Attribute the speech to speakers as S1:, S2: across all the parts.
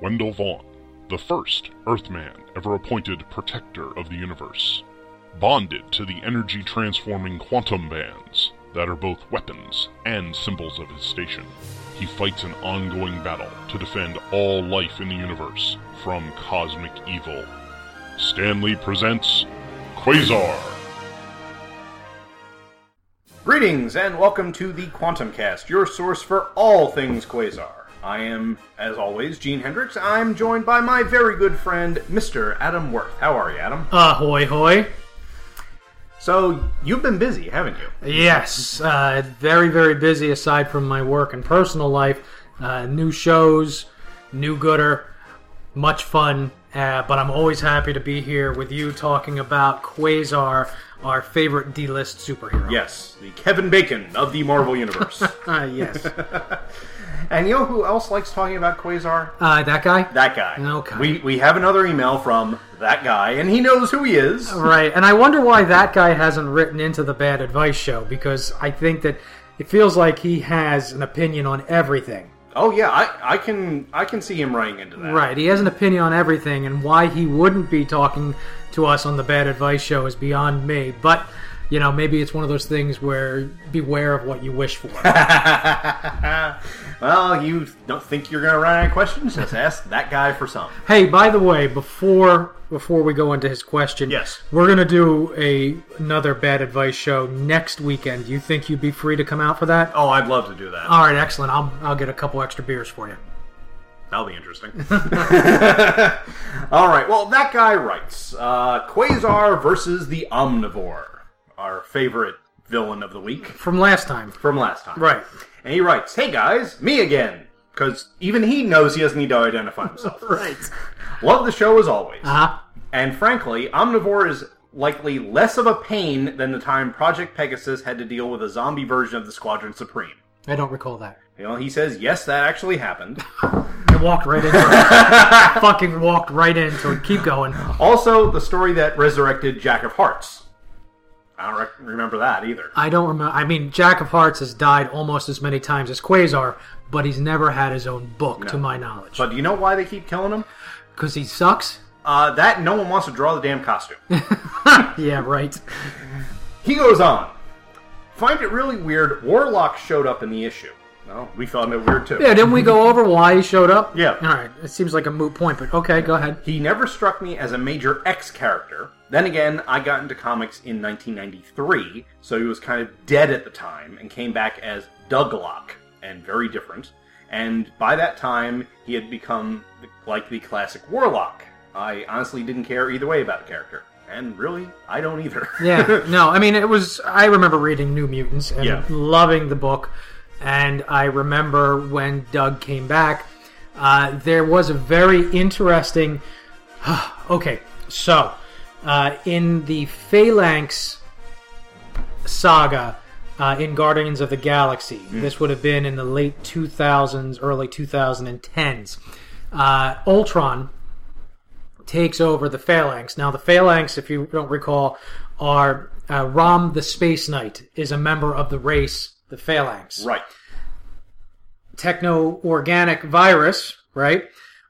S1: Wendell Vaughn, the first Earthman ever appointed protector of the universe, bonded to the energy transforming quantum bands that are both weapons and symbols of his station. He fights an ongoing battle to defend all life in the universe from cosmic evil. Stanley presents Quasar.
S2: Greetings and welcome to the Quantum Cast, your source for all things Quasar. I am, as always, Gene Hendricks. I'm joined by my very good friend, Mr. Adam Worth. How are you, Adam?
S3: Ahoy, hoy.
S2: So, you've been busy, haven't you?
S3: Yes, uh, very, very busy aside from my work and personal life. Uh, new shows, new gooder, much fun, uh, but I'm always happy to be here with you talking about Quasar, our favorite D list superhero.
S2: Yes, the Kevin Bacon of the Marvel Universe.
S3: Uh, yes.
S2: and you know who else likes talking about Quasar?
S3: Uh, that guy?
S2: That guy.
S3: Okay.
S2: We, we have another email from that guy, and he knows who he is.
S3: Right, and I wonder why that guy hasn't written into the Bad Advice Show because I think that it feels like he has an opinion on everything.
S2: Oh, yeah, I, I can I can see him running into that.
S3: Right, he has an opinion on everything, and why he wouldn't be talking to us on the Bad Advice Show is beyond me. But you know, maybe it's one of those things where beware of what you wish for.
S2: well, you don't think you're going to run out of questions? Just ask that guy for some.
S3: hey, by the way, before before we go into his question,
S2: Yes.
S3: we're gonna do a another Bad Advice Show next weekend. Do you think you'd be free to come out for that?
S2: Oh, I'd love to do that.
S3: All right, excellent. I'll I'll get a couple extra beers for you.
S2: That'll be interesting. All right. Well, that guy writes uh, Quasar versus the Omnivore, our favorite villain of the week
S3: From last time,
S2: from last time.
S3: right?
S2: And he writes, "Hey guys, me again." Because even he knows he doesn't need to identify himself.
S3: Right.
S2: Love the show as always.
S3: Uh-huh.
S2: And frankly, Omnivore is likely less of a pain than the time Project Pegasus had to deal with a zombie version of the Squadron Supreme.
S3: I don't recall that.
S2: You know, he says, yes, that actually happened.
S3: I walked right into it. Fucking walked right into it. Keep going.
S2: Also, the story that resurrected Jack of Hearts. I don't rec- remember that either.
S3: I don't remember. I mean, Jack of Hearts has died almost as many times as Quasar, but he's never had his own book, to my knowledge.
S2: But do you know why they keep killing him?
S3: Because he sucks?
S2: Uh, that no one wants to draw the damn costume.
S3: Yeah, right.
S2: he goes on. Find it really weird. Warlock showed up in the issue. No, we found it weird too.
S3: Yeah, didn't we go over why he showed up?
S2: Yeah.
S3: All right. It seems like a moot point, but okay, go ahead.
S2: He never struck me as a major X character. Then again, I got into comics in 1993, so he was kind of dead at the time and came back as Doug Locke, and very different. And by that time, he had become the- like the classic Warlock. I honestly didn't care either way about the character. And really, I don't either.
S3: Yeah. No, I mean, it was. I remember reading New Mutants and
S2: Yeah.
S3: loving the book. And I remember when Doug came back, uh, there was a very interesting. okay, so uh, in the Phalanx saga uh, in Guardians of the Galaxy, this would have been in the late 2000s, early 2010s, uh, Ultron takes over the Phalanx. Now, the Phalanx, if you don't recall, are uh, Rom the Space Knight is a member of the race, the Phalanx.
S2: right.
S3: Techno organic virus, right?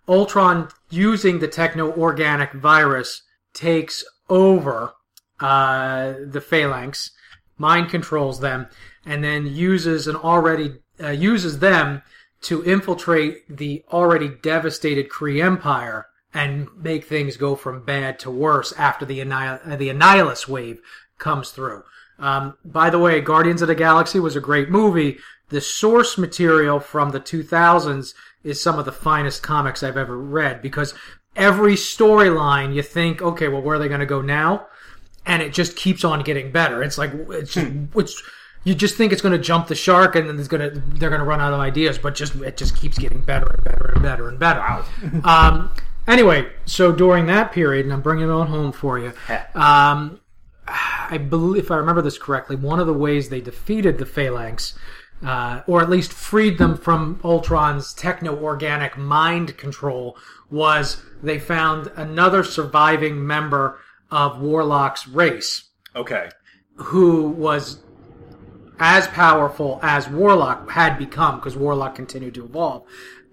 S3: Ultron, using the techno organic virus, takes over uh, the Phalanx, mind controls them, and then uses an already uh, uses them to infiltrate the already devastated Kree Empire and make things go from bad to worse after the Annihil- uh, the Annihilus wave comes through. Um, by the way, Guardians of the Galaxy was a great movie. The source material from the 2000s is some of the finest comics I've ever read because every storyline you think, okay, well, where are they going to go now? and it just keeps on getting better. It's like it's it's you just think it's going to jump the shark, and then it's going to they're going to run out of ideas, but just it just keeps getting better and better and better and better. um, anyway, so during that period, and I'm bringing it on home for you. Um, I believe, if I remember this correctly, one of the ways they defeated the Phalanx. Uh, or at least freed them from Ultron's techno organic mind control was they found another surviving member of Warlock's race
S2: Okay.
S3: who was as powerful as Warlock had become because Warlock continued to evolve.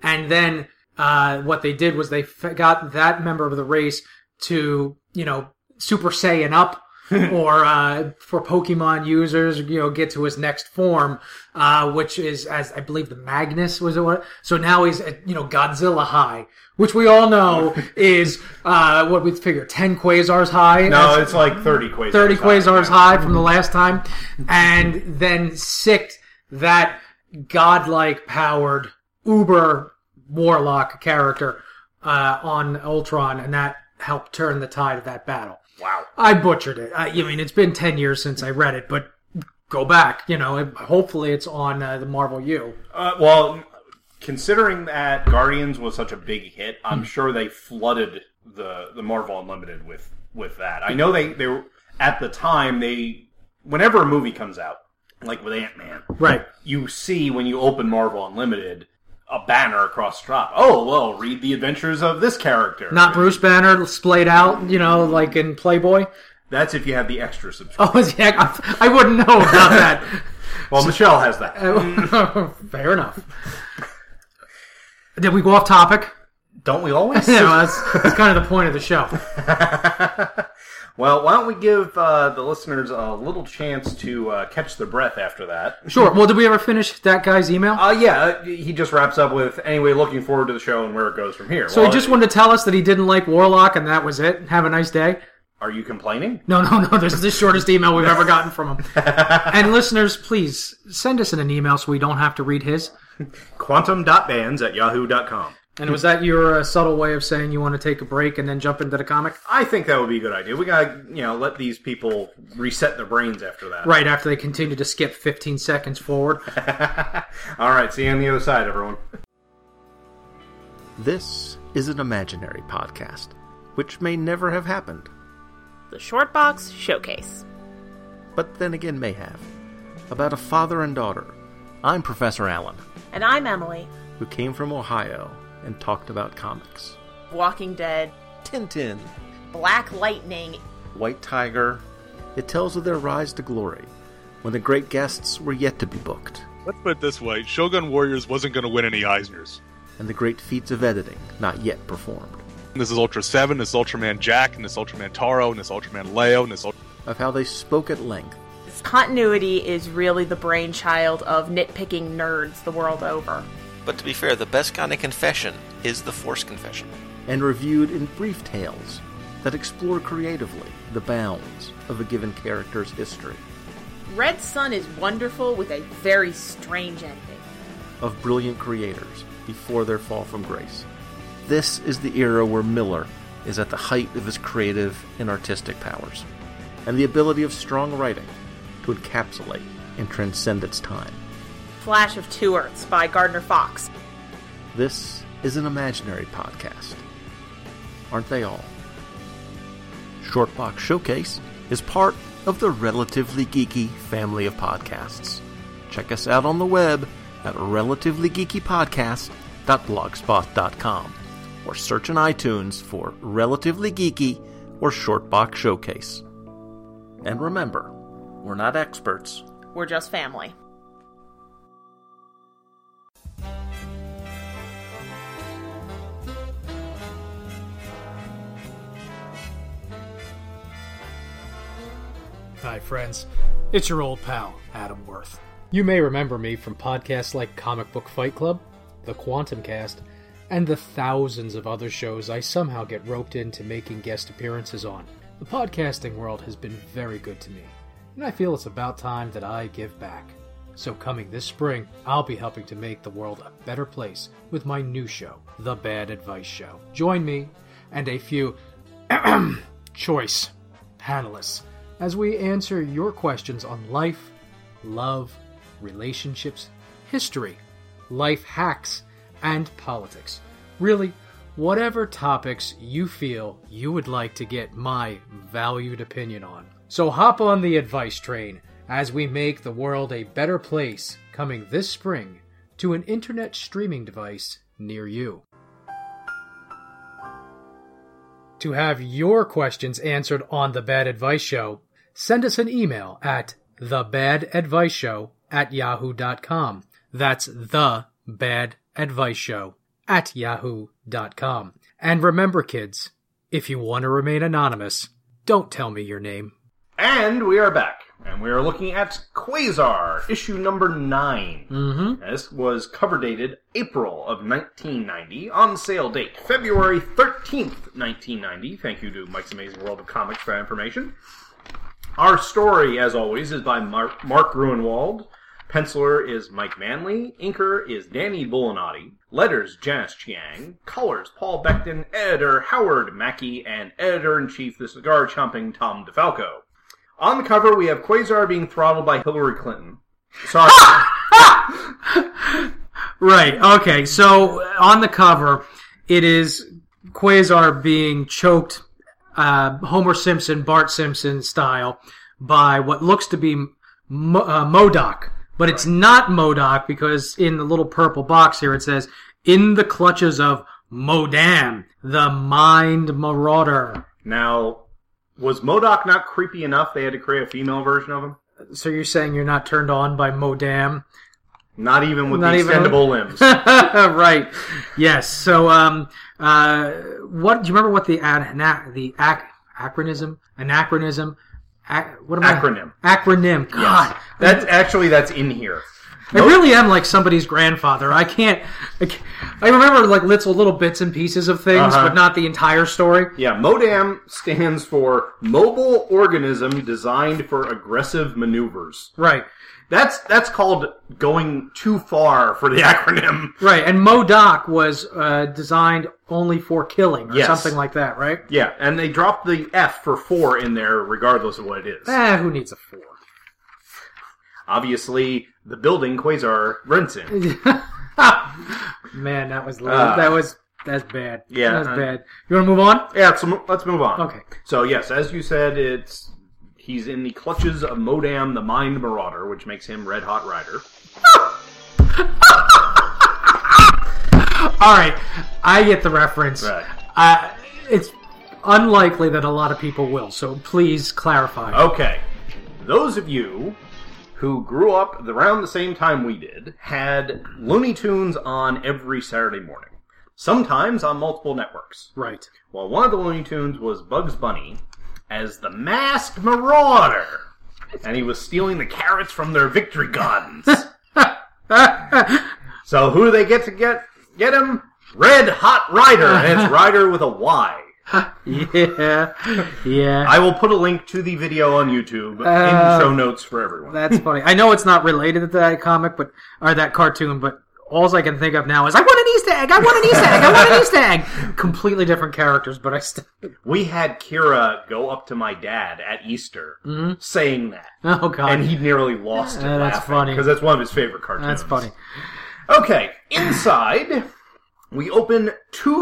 S3: And then uh, what they did was they f- got that member of the race to, you know, Super Saiyan up or uh, for Pokemon users, you know, get to his next form, uh, which is as I believe the Magnus was it. what- So now he's at, you know Godzilla high, which we all know is uh, what we figure ten quasars high.
S2: No,
S3: That's
S2: it's like 30 quasars.
S3: 30 quasars
S2: yeah.
S3: high from the last time, and then sicked that godlike powered uber warlock character uh, on Ultron, and that helped turn the tide of that battle.
S2: Wow.
S3: I butchered it. I, I mean, it's been 10 years since I read it, but go back. You know, and hopefully it's on uh, the Marvel U.
S2: Uh, well, considering that Guardians was such a big hit,
S3: Hmm.
S2: I'm sure they flooded the the Marvel Unlimited with with that. I know they they were at the time they whenever a movie comes out, like with Ant Man,
S3: Right.
S2: you see when you open Marvel Unlimited a banner across the top. Oh well, read the adventures of this character.
S3: Not Bruce Banner splayed out, you know, like in Playboy.
S2: That's if you have the extra subscription.
S3: Oh, yeah, I, I wouldn't know about that.
S2: Well, Michelle has that.
S3: Uh, Fair enough. Did we go off topic?
S2: Don't we always?
S3: Yeah, well, that's, that's kind of the point of the show.
S2: well, why don't we give uh, the listeners a little chance to uh, catch their breath after that?
S3: Sure. Well, did we ever finish that guy's email?
S2: Uh, yeah, he just wraps up with anyway, looking forward to the show and where it goes from here.
S3: so he just wanted to tell us that he didn't like Warlock, and that was it. Have a nice day.
S2: Are you complaining?
S3: No, no, no. This is the shortest email we've ever gotten from him. and listeners, please send us in an email so we don't have to read his.
S2: Quantum.bands at yahoo.com.
S3: And was that your uh, subtle way of saying you want to take a break and then jump into the comic?
S2: I think that would be a good idea. We gotta, you know, let these people reset their brains after that.
S3: Right after they continue to skip 15 seconds forward.
S2: All right, see you on the other side, everyone.
S4: This is an imaginary podcast, which may never have happened,
S5: The Short Box Showcase.
S4: but then again may have, about a father and daughter. I'm Professor Allen,
S5: And I'm Emily.
S4: who came from Ohio and talked about comics.
S5: Walking Dead,
S4: Tintin,
S5: Black Lightning,
S4: White Tiger, it tells of their rise to glory when the great guests were yet to be booked,
S6: Let's put it this way Shogun Warriors wasn't going to win any Eisners.
S4: and the great feats of editing not yet performed,
S6: This is Ultra 7, this is Ultraman Jack, and this is Ultraman Taro, and this is Ultraman Leo, and this Ultraman.
S4: of how they spoke at length
S5: This continuity is really the brainchild of nitpicking nerds the world over.
S7: But to be fair, the best kind of confession is the Force confession.
S4: and reviewed in brief tales that explore creatively the bounds of a given character's history.
S5: Red Sun is wonderful with a very strange ending.
S4: of brilliant creators before their fall from grace. This is the era where Miller is at the height of his creative and artistic powers, and the ability of strong writing to encapsulate and transcend its time.
S5: Flash of Two Earths by Gardner Fox.
S4: This is an imaginary podcast. Aren't they all? Shortbox Showcase is part of the Relatively Geeky family of podcasts. Check us out on the web at relativelygeekypodcast.blogspot.com or search in iTunes for Relatively Geeky or Shortbox Showcase. And remember, we're not experts.
S5: We're just family.
S3: Hi, friends. It's your old pal, Adam Worth. You may remember me from podcasts like Comic Book Fight Club, The Quantum Cast, and the thousands of other shows I somehow get roped into making guest appearances on. The podcasting world has been very good to me, and I feel it's about time that I give back. So, coming this spring, I'll be helping to make the world a better place with my new show, The Bad Advice Show. Join me and a few choice panelists as we answer your questions on life, love, relationships, history, life hacks, and politics. Really, whatever topics you feel you would like to get my valued opinion on. So hop on the advice train as we make the world a better place coming this spring to an internet streaming device near you. To have your questions answered on The Bad Advice Show, send us an email at thebadadviceshow at yahoo.com. That's The Bad Advice Show at yahoo.com. And remember, kids, if you want to remain anonymous, don't tell me your name.
S2: And we are back, and we are looking at Quasar, issue number 9.
S3: Mm-hmm.
S2: This was cover dated April of 1990, on sale date February 13th, 1990. Thank you to Mike's Amazing World of Comics for that information. Our story, as always, is by Mark, Mark Gruenwald. Penciler is Mike Manley. Inker is Danny Bulinati. Letters, Janice Chiang. Colors, Paul Beckton. Editor, Howard Mackey. And editor-in-chief, the cigar-chomping Tom DeFalco. On the cover, we have Quasar being throttled by Hillary Clinton. Sorry.
S3: Right. Okay. So on the cover, it is Quasar being choked, uh, Homer Simpson, Bart Simpson style, by what looks to be Mo- uh, Modoc, but it's not Modoc because in the little purple box here it says, "In the clutches of Modam, the Mind Marauder."
S2: now, was Modoc not creepy enough they had to create a female version of him?
S3: So you're saying you're not turned on by Modam?
S2: Not even with
S3: Not
S2: the
S3: even-
S2: extendable limbs.
S3: right. Yes. So, um, uh, what do you remember? What the an- ana- the ac- acronym anachronism? Ac- what am
S2: Acronym.
S3: I? Acronym. God,
S2: That's actually that's in here.
S3: I really am like somebody's grandfather. I can't. I, can't- I remember like little little bits and pieces of things,
S2: Uh-huh.
S3: but not the entire story.
S2: Yeah, MODAM stands for Mobile Organism Designed for Aggressive Maneuvers.
S3: Right.
S2: That's that's called going too far for the acronym.
S3: Right. And Modoc was uh, designed only for killing or
S2: Yes.
S3: something like that. Right.
S2: Yeah, and they dropped the F for four in there, regardless of what it is.
S3: Eh, who needs a four?
S2: Obviously, the building Quasar rents in.
S3: Man, that was
S2: Ah.
S3: that was that's bad.
S2: Yeah, Uh.
S3: that's
S2: I-
S3: bad. You want to move on?
S2: Yeah, so mo- let's move on.
S3: Okay.
S2: So yes, as you said, it's he's in the clutches of Modam, the Mind Marauder, which makes him Red Hot Rider.
S3: All right, I get the reference.
S2: Right.
S3: Uh, it's unlikely that a lot of people will, so please clarify.
S2: Okay. Those of you who grew up around the same time we did had Looney Tunes on every Saturday morning, sometimes on multiple networks.
S3: Right.
S2: Well, one of the Looney Tunes was Bugs Bunny as the Masked Marauder, and he was stealing the carrots from their victory gardens. so who do they get to get get him? Red Hot Rider, and it's Rider with a Y.
S3: Yeah. Yeah.
S2: I will put a link to the video on YouTube in the
S3: Uh,
S2: show notes for everyone.
S3: that's funny. I know it's not related to that comic, but or that cartoon, but all I can think of now is I want an Easter egg. I want an Easter egg. I want an Easter egg. Completely different characters, but I still.
S2: We had Kira go up to my dad at Easter saying that.
S3: Oh God.
S2: And he nearly lost it.
S3: Mm-hmm. Uh, that's funny.
S2: Because that's one of his favorite cartoons.
S3: that's funny.
S2: Okay, inside, we open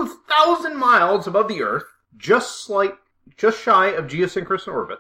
S2: 2,000 miles above the Earth, just slight, just shy of geosynchronous orbit,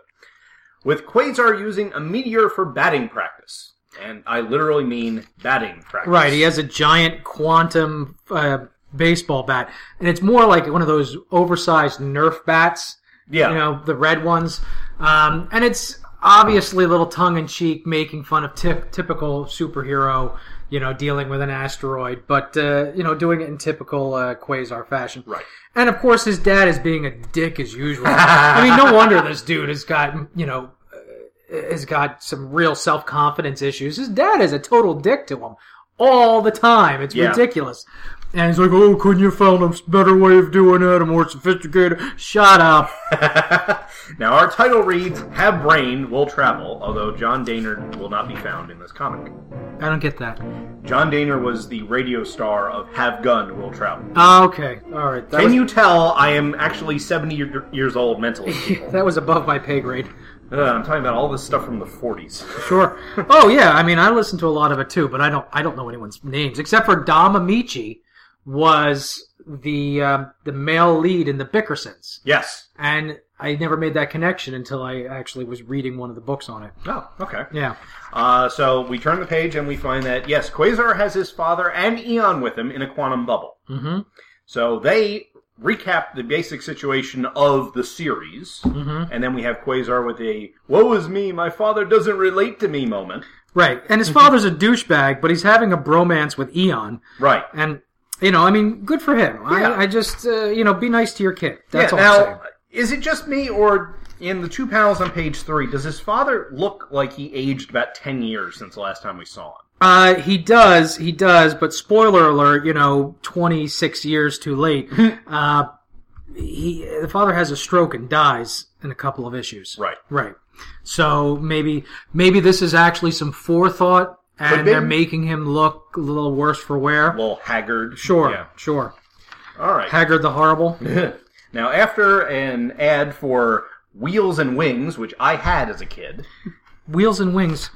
S2: with Quasar using a meteor for batting practice. And I literally mean batting practice.
S3: Right, he has a giant quantum uh, baseball bat, and it's more like one of those oversized Nerf bats.
S2: Yeah.
S3: You know, the red ones. Um, and it's obviously a little tongue in cheek, making fun of tip- typical superhero, you know, dealing with an asteroid, but, uh, you know, doing it in typical uh, Quasar fashion.
S2: Right.
S3: And of course, his dad is being a dick as usual. I mean, no wonder this dude has got, you know, uh, has got some real self confidence issues. His dad is a total dick to him all the time. It's
S2: Yeah.
S3: ridiculous. And he's like, "Oh, couldn't you found a better way of doing it, a more sophisticated?" Shut up.
S2: now, our title reads Have Brain, Will Travel, although John Daynard will not be found in this comic.
S3: I don't get that.
S2: John Daner was the radio star of Have Gun Will Travel.
S3: Ah, okay, all right. That
S2: Can
S3: was,
S2: you tell I am actually 70 year- years old mentally?
S3: That was above my pay grade.
S2: Ugh, Uh, I'm talking about all this stuff from the 40s.
S3: Sure. oh yeah, I mean, I listen to a lot of it too, but I don't. I don't know anyone's names except for Dom Amici was the um, the male lead in the Bickersons,
S2: Yes.
S3: and I never made that connection until I actually was reading one of the books on it.
S2: Oh, okay.
S3: Yeah.
S2: Uh, so we turn the page and we find that, yes, Quasar has his father and Eon with him in a quantum bubble.
S3: hmm
S2: So they recap the basic situation of the series,
S3: Mm-hmm.
S2: and then we have Quasar with a woe is me, my father doesn't relate to me moment.
S3: Right. And his father's a douchebag, but he's having a bromance with Eon.
S2: Right.
S3: And You know, I mean, good for him.
S2: Yeah.
S3: I, I just, uh, you know, be nice to your kid. That's
S2: yeah,
S3: all I'm saying.
S2: now, is it just me or in the two panels on page three, does his father look like he aged about 10 years since the last time we saw him?
S3: Uh, he does, he does, but spoiler alert, you know, 26 years too late.
S2: Hmm.
S3: uh, he, the father has a stroke and dies in a couple of issues.
S2: Right.
S3: Right. So maybe, maybe this is actually some forethought
S2: Could
S3: and
S2: be.
S3: they're making him look a little worse for
S2: A
S3: wear.
S2: little haggard.
S3: sure,
S2: Yeah.
S3: sure.
S2: All right.
S3: Haggard the Horrible.
S2: now, after an ad for Wheels and Wings, which I had as a kid.
S3: Wheels and Wings.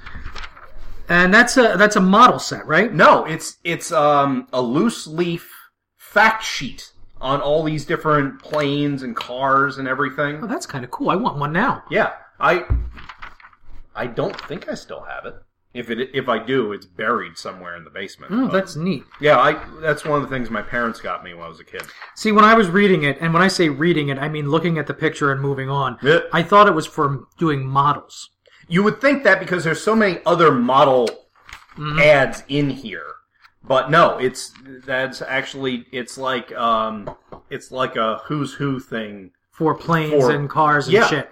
S3: And that's a, that's a model set, right?
S2: No, it's it's um, a loose leaf fact sheet on all these different planes and cars and everything.
S3: Oh, that's kind of cool. I want one now.
S2: Yeah, I I don't think I still have it. If it if I do, it's buried somewhere in the basement.
S3: Oh,
S2: But-
S3: that's neat.
S2: yeah. I that's one of the things my parents got me when I was a kid.
S3: See, when I was reading it, and when I say reading it, I mean looking at the picture and moving on.
S2: Yeah.
S3: I thought it was for doing models.
S2: You would think that because there's so many other model
S3: Mm-hmm.
S2: ads in here, but no, it's that's actually it's like um it's like a who's who thing.
S3: for planes
S2: For-
S3: and cars and
S2: yeah.
S3: shit.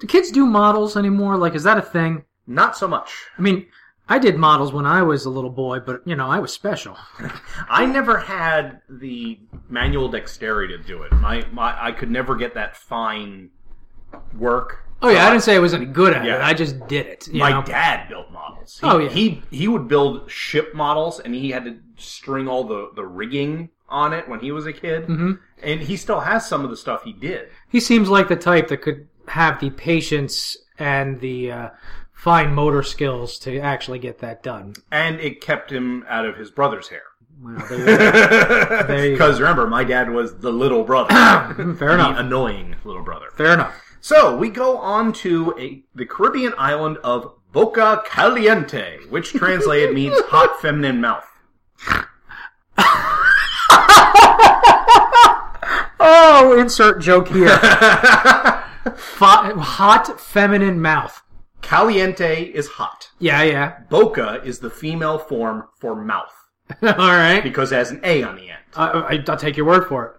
S3: Do kids do models anymore? Like, is that a thing?
S2: Not so much.
S3: I mean, I did models when I was a little boy, but you know, I was special.
S2: I never had the manual dexterity to do it. My, my I could never get that fine work.
S3: Oh yeah, I didn't say I was any good at it.
S2: Yeah.
S3: I just did it. You
S2: my
S3: know?
S2: dad built models. He,
S3: Oh, yeah.
S2: he he would build ship models, and he had to string all the the rigging on it when he was a kid.
S3: Mhm.
S2: And he still has some of the stuff he did.
S3: He seems like the type that could have the patience and the uh, fine motor skills to actually get that done.
S2: and it kept him out of his brother's hair.
S3: Wow, there you go. you go.
S2: Because remember, my dad was the little brother,
S3: Fair
S2: the
S3: enough.
S2: annoying little brother.
S3: Fair enough.
S2: So we go on to a, the Caribbean island of Boca Caliente, which translated means hot feminine mouth.
S3: Oh, insert joke here. Fo- hot feminine mouth.
S2: Caliente is hot.
S3: Yeah, yeah.
S2: Boca is the female form for mouth
S3: All right.
S2: because it has an a on the end.
S3: I, I, I'll take your word for it.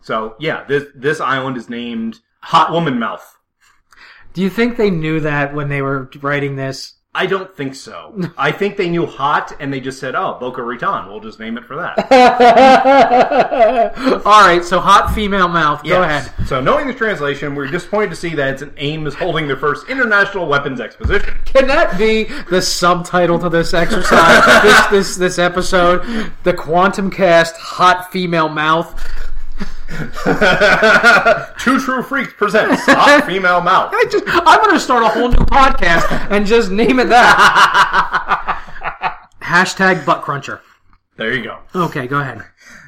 S2: So yeah, this this island is named Hot Woman Mouth.
S3: Do you think they knew that when they were writing this?
S2: I don't think so. I think they knew hot, and they just said, "Oh, Boca Raton. We'll just name it for that."
S3: All right, so hot female mouth. Go
S2: Yes.
S3: ahead.
S2: So, knowing the translation, we're disappointed to see that it's an aim is holding their first international weapons exposition.
S3: Can that be the subtitle to this exercise? this this this episode, the Quantum Cast hot female mouth.
S2: Two True Freaks presents Hot Female Mouth.
S3: I just, I'm going to start a whole new podcast and just name it that. Hashtag butt cruncher.
S2: There you go.
S3: Okay, go ahead.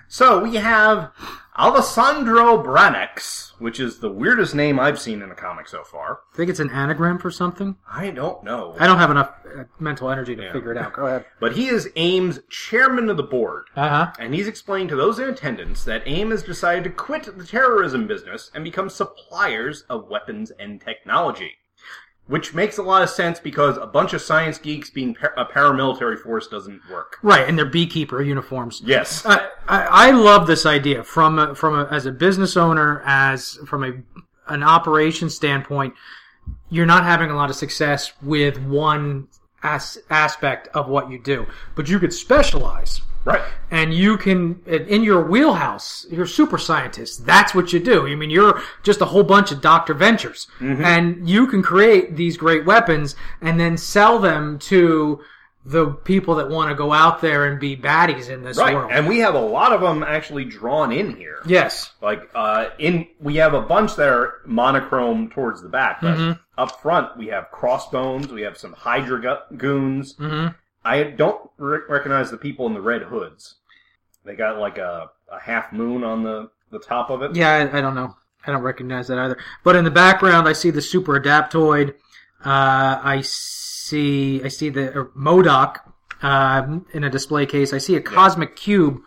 S2: So we have Alessandro Branex, which is the weirdest name I've seen in a comic so far.
S3: I think it's an anagram for something.
S2: I don't know,
S3: I don't have enough uh, mental energy to figure it out. Go ahead.
S2: but he is Aim's chairman of the board.
S3: Uh huh.
S2: and he's explained to those in attendance that AIM has decided to quit the terrorism business and become suppliers of weapons and technology. Which makes a lot of sense because a bunch of science geeks being par- a paramilitary force doesn't work.
S3: Right, and their beekeeper uniforms.
S2: Yes.
S3: I, I I love this idea from a, from a, as a business owner, as from a an operation standpoint. You're not having a lot of success with one as, aspect of what you do, but you could specialize,
S2: Right.
S3: and you can in- in your wheelhouse. You're a super scientist. That's what you do. I mean, you're just a whole bunch of Doctor Ventures,
S2: Mm-hmm.
S3: and you can create these great weapons and then sell them to. The people that want to go out there and be baddies in this
S2: Right.
S3: world.
S2: And we have a lot of them actually drawn in here.
S3: Yes.
S2: Like uh, in, we have a bunch that are monochrome towards the back, but
S3: Mm-hmm.
S2: up front we have crossbones, we have some Hydra gu- goons.
S3: Mhm.
S2: I don't re- recognize the people in the red hoods. They got like a, a half moon on the, the top of it.
S3: Yeah, I, I don't know. I don't recognize that either. But in the background, I see the Super Adaptoid. Uh, I see. I see the uh, Modoc uh, in a display case. I see a Cosmic Cube.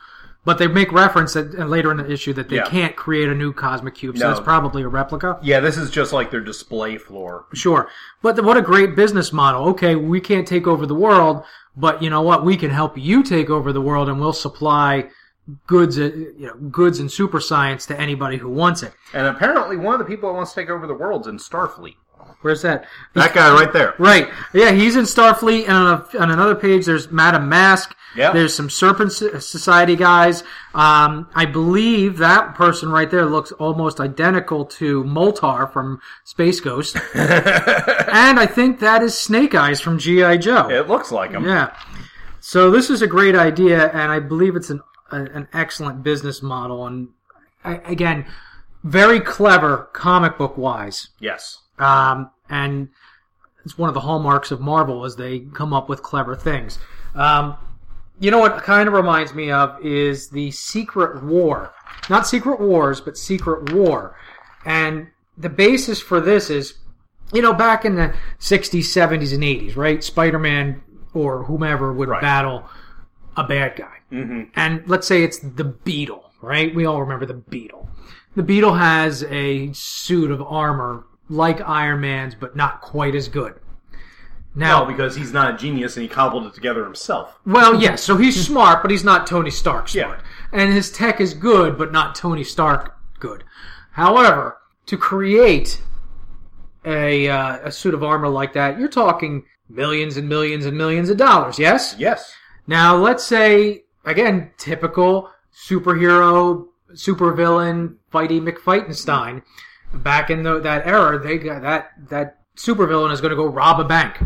S3: But they make reference that, uh, later in the issue that they
S2: Yeah.
S3: can't create a new Cosmic Cube, so
S2: No.
S3: that's probably a replica.
S2: Yeah, this is just like their display floor.
S3: Sure. But the, what a great business model. Okay, we can't take over the world, but you know what? We can help you take over the world and we'll supply goods, uh, you know, goods and super science to anybody who wants it.
S2: And apparently, one of the people that wants to take over the world's in Starfleet.
S3: Where's that?
S2: That guy right there.
S3: Right. Yeah, he's in Starfleet, and on, a, on another page, there's Madam Mask.
S2: Yeah.
S3: There's some Serpent So- Society guys. Um, I believe that person right there looks almost identical to Moltar from Space Ghost. and I think that is Snake Eyes from G.I. Joe.
S2: It looks like him.
S3: Yeah. So this is a great idea, and I believe it's an a, an excellent business model, and I, again, very clever comic book wise.
S2: Yes.
S3: Um, and it's one of the hallmarks of Marvel is they come up with clever things. Um, you know what kind of reminds me of is the Secret War, not Secret Wars, but Secret War, and the basis for this is, you know, back in the '60s, '70s, and '80s, right? Spider-Man or whomever would
S2: Right.
S3: battle a bad guy. Mm-hmm. And let's say it's the Beetle, right? We all remember the Beetle. The Beetle has a suit of armor like Iron Man's, but not quite as good. Now,
S2: No, because he's not a genius and he cobbled it together himself.
S3: well, yes, so he's smart, but he's not Tony Stark smart.
S2: Yeah.
S3: And his tech is good, but not Tony Stark good. However, to create a, uh, a suit of armor like that, you're talking millions and millions and millions of dollars, yes?
S2: Yes.
S3: Now, let's say, again, typical superhero, supervillain, fighty McFightenstein. Back in the, that era, they got that, that supervillain is going to go rob a bank.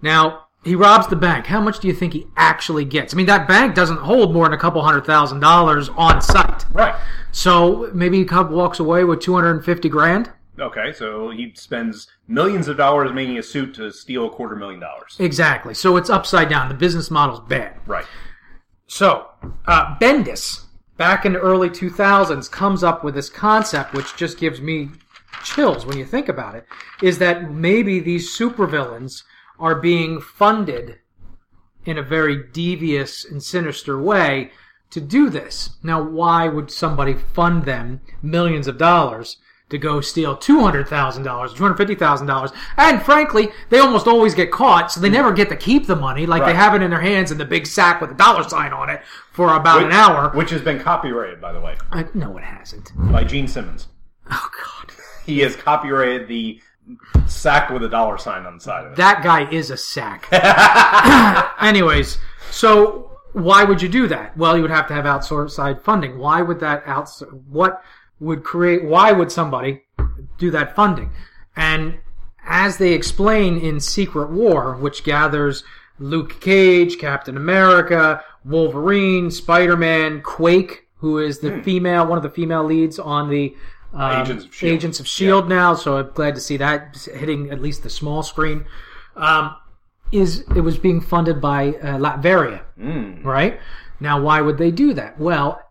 S3: Now, he robs the bank. How much do you think he actually gets? I mean, that bank doesn't hold more than a couple hundred thousand dollars on site.
S2: Right.
S3: So maybe he come- walks away with 250 grand.
S2: Okay, so he spends millions of dollars making a suit to steal a quarter million dollars.
S3: Exactly. So it's upside down. The business model's bad.
S2: Right.
S3: So, uh, Bendis, back in the early 2000s, comes up with this concept, which just gives me chills when you think about it, is that maybe these supervillains are being funded in a very devious and sinister way to do this. Now, why would somebody fund them millions of dollars to go steal $200,000, $250,000? And frankly, they almost always get caught, so they never get to keep the money. Like they
S2: Right.
S3: have it in their hands in the big sack with a dollar sign on it for about an
S2: Which-
S3: hour.
S2: Which has been copyrighted, by the way,
S3: I, no, it hasn't.
S2: by Gene Simmons.
S3: Oh, God.
S2: He has copyrighted the sack with a dollar sign on the side of it.
S3: That guy is a sack. Anyways, so why would you do that? Well, you would have to have outside funding. Why would that outs? What would create? Why would somebody do that funding? And as they explain in Secret War, which gathers Luke Cage, Captain America, Wolverine, Spider Man, Quake, who is the female, one of the female leads on the um,
S2: Agents of S.H.I.E.L.D..
S3: Agents of Shield now. So I'm glad to see that hitting at least the small screen. Um, is it was being funded by uh, Latveria,
S2: Hmm.
S3: right? Now, why would they do that? Well,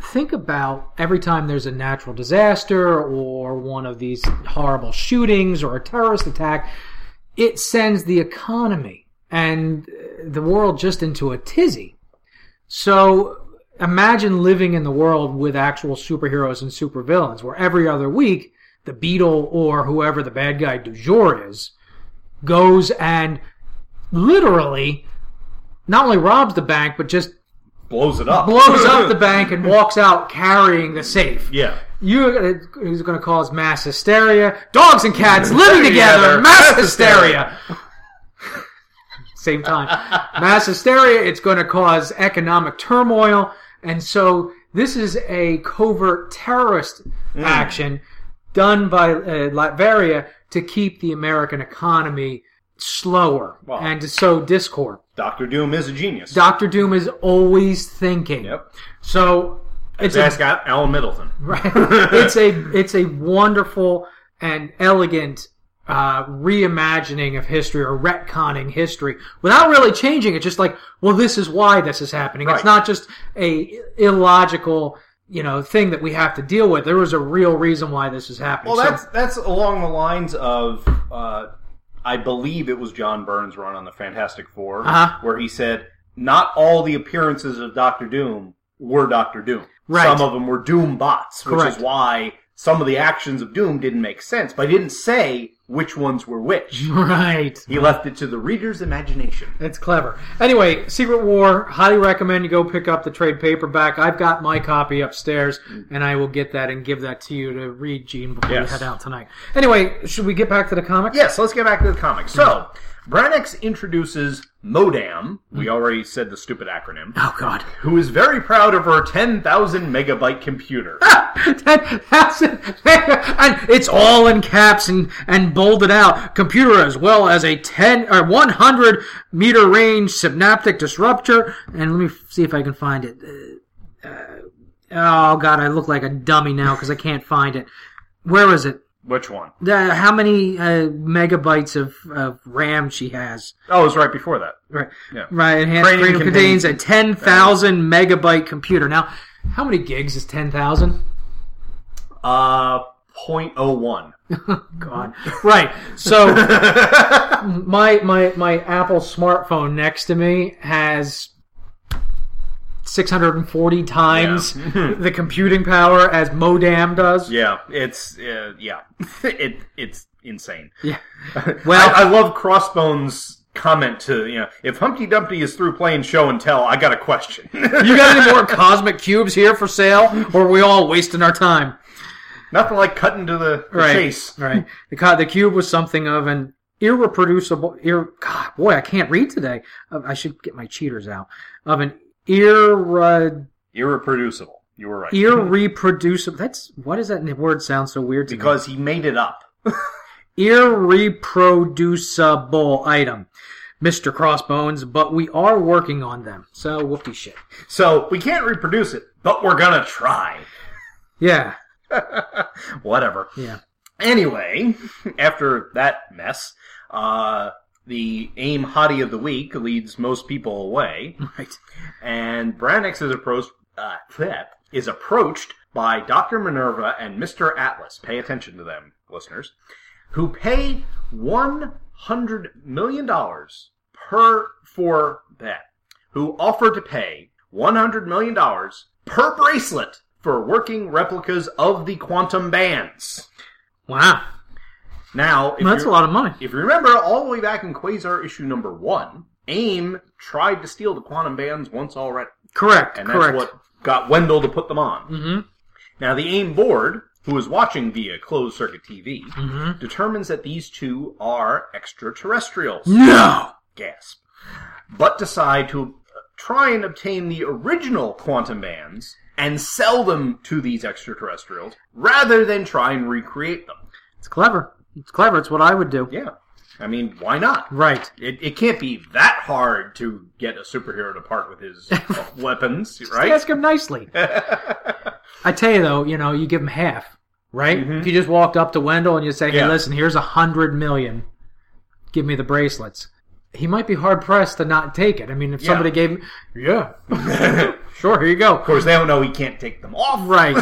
S3: think about every time there's a natural disaster or one of these horrible shootings or a terrorist attack, it sends the economy and uh, the world just into a tizzy. So imagine living in the world with actual superheroes and supervillains where every other week the beetle or whoever the bad guy du jour is goes and literally not only robs the bank but just
S2: blows it up.
S3: blows up the bank and walks out carrying the safe.
S2: Yeah.
S3: You is going to cause mass hysteria. Dogs and cats living together. Mass hysteria. Same time. Mass hysteria. It's going to cause economic turmoil, and so this is a covert terrorist action done by uh, Latveria to keep the American economy slower
S2: Wow.
S3: and to sow discord.
S2: Doctor Doom is a genius.
S3: Doctor Doom is always thinking.
S2: yep.
S3: So it's a
S2: That's got Alan Middleton.
S3: Right. it's a it's a wonderful and elegant uh, reimagining of history or retconning history without really changing it. Just like, well, this is why this is happening. It's
S2: Right.
S3: not just a illogical you know thing that we have to deal with. There was a real reason why this is happening.
S2: Well,
S3: So-
S2: that's that's along the lines of uh, I believe it was John Burns' run on the Fantastic 4
S3: Uh-huh.
S2: where he said not all the appearances of Doctor Doom were Doctor Doom.
S3: Right.
S2: Some of them were Doom bots, which
S3: Correct.
S2: is why some of the actions of Doom didn't make sense. But he didn't say which ones were which.
S3: Right.
S2: He left it to the reader's imagination.
S3: It's clever. Anyway, Secret War, highly recommend you go pick up the trade paperback. I've got my copy upstairs, and I will get that and give that to you to read, Gene, before
S2: Yes.
S3: you head out tonight. Anyway, should we get back to the comic?
S2: Yes, let's get back to the comic. So, Branix introduces Modam, we already said the stupid acronym,
S3: Oh, God.
S2: who is very proud of her 10,000 megabyte computer.
S3: Ah! that, that's it. and it's all in caps and, and bolded out. Computer as well as a 10 or 100 meter range synaptic disruptor. And let me f- see if I can find it. Uh, uh, oh god, I look like a dummy now because I can't find it. Where was it?
S2: Which one?
S3: The, how many uh, megabytes of, of RAM she has?
S2: Oh, it was right before that.
S3: Right.
S2: Yeah.
S3: Right. And
S2: Cranium
S3: cranium contains,
S2: contains-
S3: a 10,000 megabyte computer. Now, how many gigs is 10,000?
S2: Uh, 0.01.
S3: God. Right. So my my my Apple smartphone next to me has 640 times the computing power as modem does.
S2: Mm-hmm. Yeah, it's, uh, yeah. it, it's insane.
S3: Yeah.
S2: Well,
S3: Well,
S2: I, I love Crossbones' comment to, you know, if Humpty Dumpty is through playing show and tell, I got a question.
S3: you got any more cosmic cubes here for sale or are we all wasting our time?
S2: Nothing like cutting to the, the
S3: right.
S2: chase.
S3: Right. The co- the cube was something of an irreproducible. Ir- God, boy, I can't read today. Uh, I should get my cheaters out. Of an irre-
S2: Irreproducible. You were right.
S3: irreproducible. That's what is that word? Sounds so weird to me.
S2: because he made it up.
S3: irreproducible item, Mister Crossbones. But we are working on them. So whoopty shit.
S2: So we can't reproduce it, but we're gonna try.
S3: Yeah.
S2: Whatever.
S3: Yeah.
S2: Anyway, after that mess, uh, the aim hottie of the week leads most people away,
S3: Right.
S2: and Branix is approached. Uh, bleh, is approached by Doctor Minerva and Mister Atlas. Pay attention to them, listeners, who pay one hundred million dollars per for that. Who offer to pay one hundred million dollars per bracelet for working replicas of the quantum bands.
S3: Wow.
S2: Now, if
S3: That's a
S2: you-
S3: lot of money.
S2: If you remember, all the way back in Quasar issue number one, AIM tried to steal the quantum bands once already,
S3: Correct.
S2: and that's
S3: correct.
S2: what got Wendell to put them on.
S3: Mhm.
S2: Now, the AIM board, who is watching via closed circuit TV,
S3: Mhm.
S2: determines that these two are extraterrestrials.
S3: Mm-hmm. No.
S2: Gasp. But decide to uh, try and obtain the original quantum bands and sell them to these extraterrestrials rather than try and recreate them.
S3: It's clever. It's clever. It's what I would do.
S2: Yeah. I mean, why not?
S3: Right.
S2: It, it can't be that hard to get a superhero to part with his weapons,
S3: Just
S2: right?
S3: ask him nicely. I tell you though, you know, you give him half, right? If you just walked up to Wendell and you say, "Hey,
S2: Mm-hmm. Yeah.
S3: listen, here's a hundred million. Give me the bracelets." He might be hard pressed to not take it. I mean, if
S2: Yeah.
S3: somebody gave him, yeah, sure, here you
S2: of
S3: go.
S2: course, they don't know he can't take them off.
S3: Right,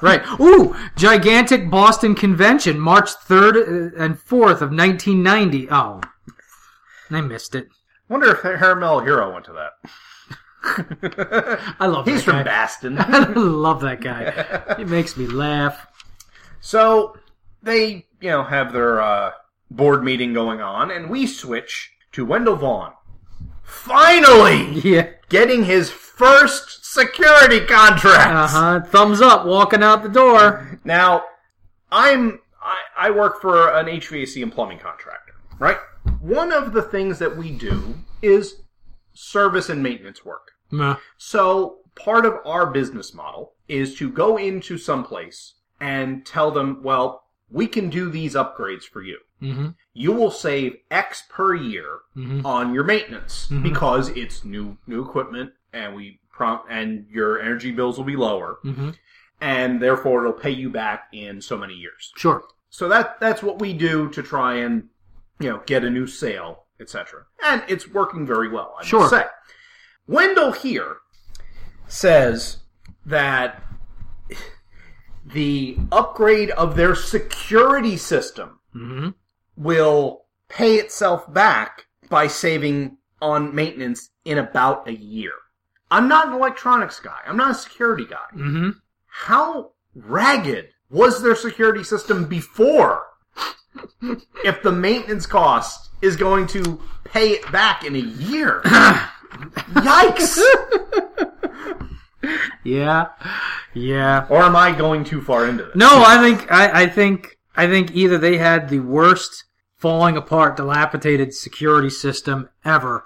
S3: right. Ooh, gigantic Boston convention, March third uh, and fourth of nineteen ninety. Oh, I missed it.
S2: Wonder if Hermel Hero went to that.
S3: I love.
S2: He's
S3: that
S2: from
S3: guy.
S2: Baston.
S3: I love that guy. He makes me laugh.
S2: So they, you know, have their uh, board meeting going on, and we switch to Wendell Vaughn. Finally,
S3: Yeah.
S2: getting his first security contract.
S3: Uh huh. Thumbs up, walking out the door.
S2: Now, I'm I, I work for an HVAC and plumbing contractor, right? One of the things that we do is service and maintenance work. So part of our business model is to go into some place and tell them, well, we can do these upgrades for you.
S3: Mhm.
S2: You will save X per year on your maintenance because it's new new equipment, and we prompt and your energy bills will be lower,
S3: Mhm.
S2: and therefore it'll pay you back in so many years.
S3: Sure.
S2: So that that's what we do to try and you know get a new sale, etc. And it's working very well. I
S3: Sure.
S2: must say. Wendell here says that the upgrade of their security system
S3: Mm-hmm.
S2: will pay itself back by saving on maintenance in about a year. I'm not an electronics guy. I'm not a security guy
S3: Mm-hmm.
S2: how ragged was their security system before? if the maintenance cost is going to pay it back in a year. Yikes!
S3: Yeah, yeah.
S2: Or am I going too far into this?
S3: No, I think I, I think I think either they had the worst falling apart, dilapidated security system ever,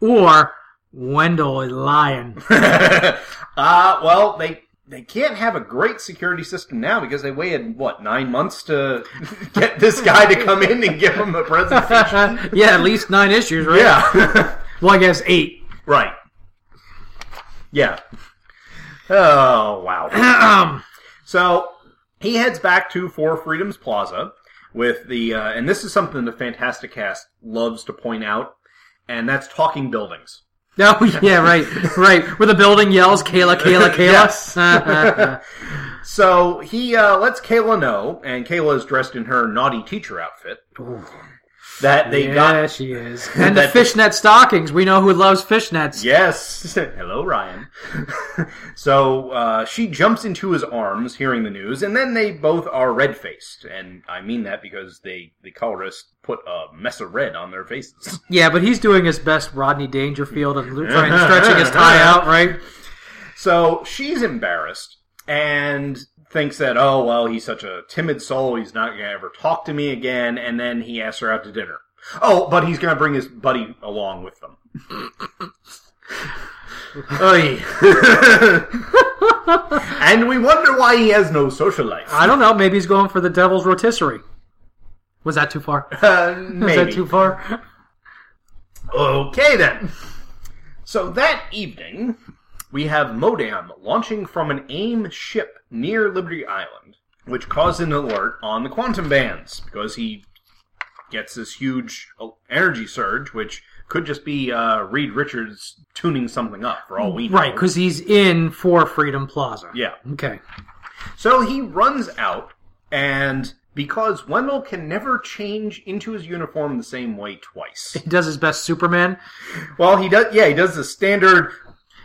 S3: or Wendell is lying.
S2: uh, well, they they can't have a great security system now because they waited what nine months to get this guy to come in and give him a presentation.
S3: yeah, at least nine issues, right?
S2: yeah,
S3: Well, I guess eight.
S2: right. Yeah. Oh wow.
S3: Um,
S2: So he heads back to Four Freedoms Plaza with the, uh, and this is something the Fantastic Cast loves to point out, and that's talking buildings.
S3: no, yeah, right, right. Where the building yells, Kayla, Kayla, Kayla.
S2: Yes. So he uh, lets Kayla know, and Kayla is dressed in her naughty teacher outfit. That they
S3: yeah,
S2: got
S3: she is. And the
S2: That-
S3: fishnet stockings. We know who loves fishnets.
S2: Yes. Hello, Ryan. so uh, she jumps into his arms, hearing the news, and then they both are red faced, and I mean that because they the colorist put a mess of red on their faces.
S3: Yeah, but he's doing his best Rodney Dangerfield and lo- trying stretching his tie out, right?
S2: so she's embarrassed and thinks that oh well he's such a timid soul he's not gonna ever talk to me again, and then he asks her out to dinner. Oh, but he's gonna bring his buddy along with them.
S3: Oy.
S2: And we wonder why he has no social life.
S3: I don't know. Maybe he's going for the devil's rotisserie. Was that too far?
S2: Uh,
S3: Was
S2: maybe.
S3: that too far?
S2: Okay then. So that evening, we have Modam launching from an AIM ship near Liberty Island, which caused an alert on the quantum bands because he gets this huge el- energy surge, which could just be uh, Reed Richards tuning something up for all we know.
S3: Right, because he's in for Freedom Plaza.
S2: yeah.
S3: Okay.
S2: So he runs out, and because Wendell can never change into his uniform the same way twice.
S3: He does his best Superman.
S2: Well, he does. Yeah, he does the standard.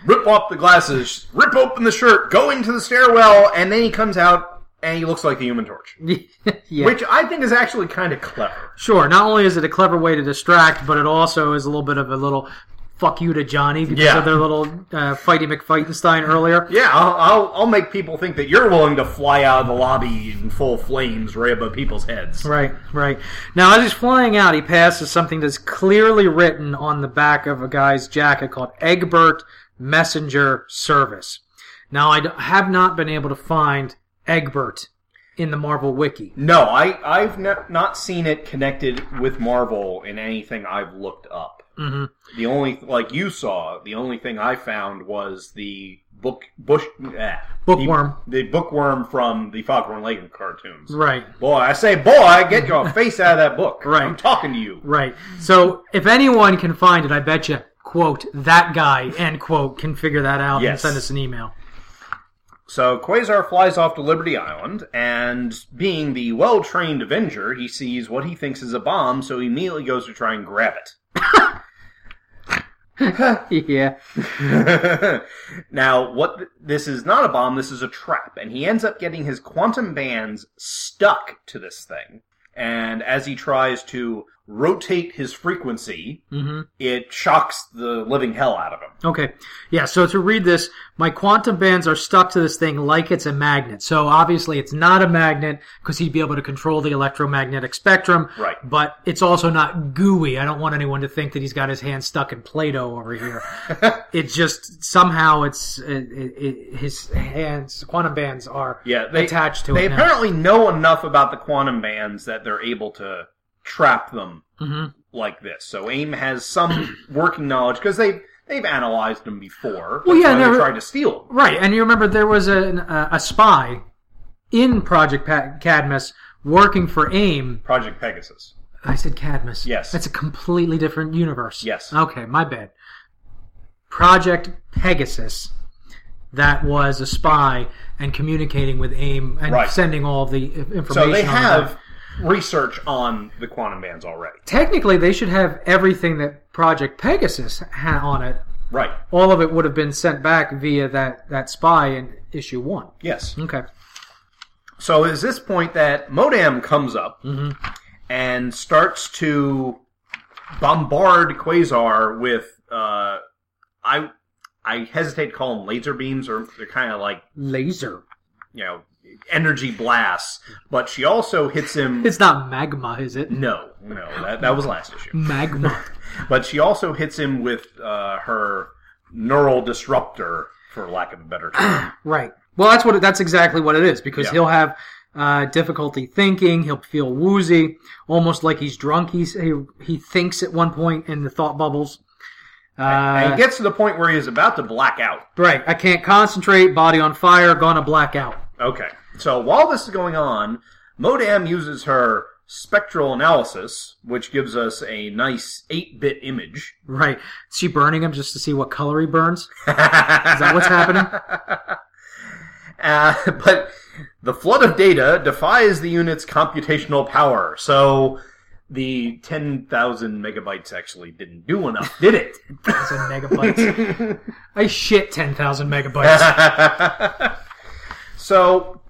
S2: Rip off the glasses, rip open the shirt, go into the stairwell, and then he comes out and he looks like the Human Torch,
S3: yeah.
S2: which I think is actually kind of clever.
S3: Sure, not only is it a clever way to distract, but it also is a little bit of a little fuck you to Johnny because
S2: Yeah.
S3: of their little uh, fighty McFightenstein earlier.
S2: Yeah, I'll, I'll I'll make people think that you're willing to fly out of the lobby in full flames right above people's heads.
S3: Right, right. Now, as he's flying out, he passes something that's clearly written on the back of a guy's jacket called Egbert Messenger Service. Now, I d- have not been able to find Egbert in the Marvel Wiki.
S2: No, I I've ne- not seen it connected with Marvel in anything I've looked up.
S3: hmm
S2: The only like you saw, the only thing I found was the book bush eh,
S3: Bookworm.
S2: the, the bookworm from the Foghorn Leghorn cartoons.
S3: Right,
S2: Boy, I say, boy, get your face out of that book.
S3: Right.
S2: I'm talking to you.
S3: right. So, if anyone can find it, I bet you, quote, that guy, end quote, can figure that out and
S2: Yes.
S3: send us an email.
S2: So Quasar flies off to Liberty Island, and being the well-trained Avenger, he sees what he thinks is a bomb, so he immediately goes to try and grab it.
S3: yeah.
S2: now, what th- this is not a bomb, this is a trap, and he ends up getting his quantum bands stuck to this thing. And as he tries to rotate his frequency,
S3: hmm
S2: it shocks the living hell out of him.
S3: Okay. Yeah, so to read this, my quantum bands are stuck to this thing like it's a magnet. So obviously it's not a magnet because he'd be able to control the electromagnetic spectrum.
S2: Right.
S3: But it's also not gooey. I don't want anyone to think that he's got his hand stuck in Play-Doh over here. it's just somehow it's it, it, it, his hands, quantum bands are
S2: Yeah, they,
S3: attached to
S2: they
S3: it. now.
S2: apparently know enough about the quantum bands that they're able to trap them
S3: Mhm.
S2: like this. So AIM has some working knowledge because they they've analyzed them before.
S3: Well,
S2: That's
S3: yeah,
S2: why they
S3: they're-
S2: tried to steal. them.
S3: Right, and you remember there was an, uh, a spy in Project pa- Cadmus working for AIM
S2: Project Pegasus.
S3: I said Cadmus.
S2: Yes.
S3: That's a completely different universe.
S2: Yes.
S3: Okay, my bad. Project Pegasus. That was a spy and communicating with AIM and
S2: Right.
S3: sending all the i- information.
S2: So they
S3: on
S2: have
S3: that.
S2: research on the quantum bands already.
S3: Technically, they should have everything that Project Pegasus had on it.
S2: Right.
S3: All of it would have been sent back via that, that spy in issue one.
S2: Yes.
S3: Okay. Mm-hmm.
S2: So is this point that Modam comes up and starts to bombard Quasar with uh, I I hesitate to call them laser beams, or they're kind of like
S3: Laser.
S2: you know energy blasts. But she also hits him.
S3: It's not magma, is it?
S2: no, no, that, that was last issue.
S3: Magma.
S2: But she also hits him with uh, her neural disruptor, for lack of a better term.
S3: Right. Well, that's what that's exactly what it is because
S2: Yeah.
S3: he'll have uh, difficulty thinking. He'll feel woozy, almost like he's drunk. He's, he he thinks at one point in the thought bubbles.
S2: and
S3: Uh,
S2: it gets to the point where he is about to black out.
S3: right. I can't concentrate. Body on fire. Gonna black out.
S2: Okay. So while this is going on, Modam uses her spectral analysis, which gives us a nice 8 bit image.
S3: Right. Is she burning him just to see what color he burns? Is that what's happening?
S2: Uh, but the flood of data defies the unit's computational power. So the 10,000 megabytes actually didn't do enough, did it?
S3: It's in megabytes. I shit 10,000 megabytes.
S2: so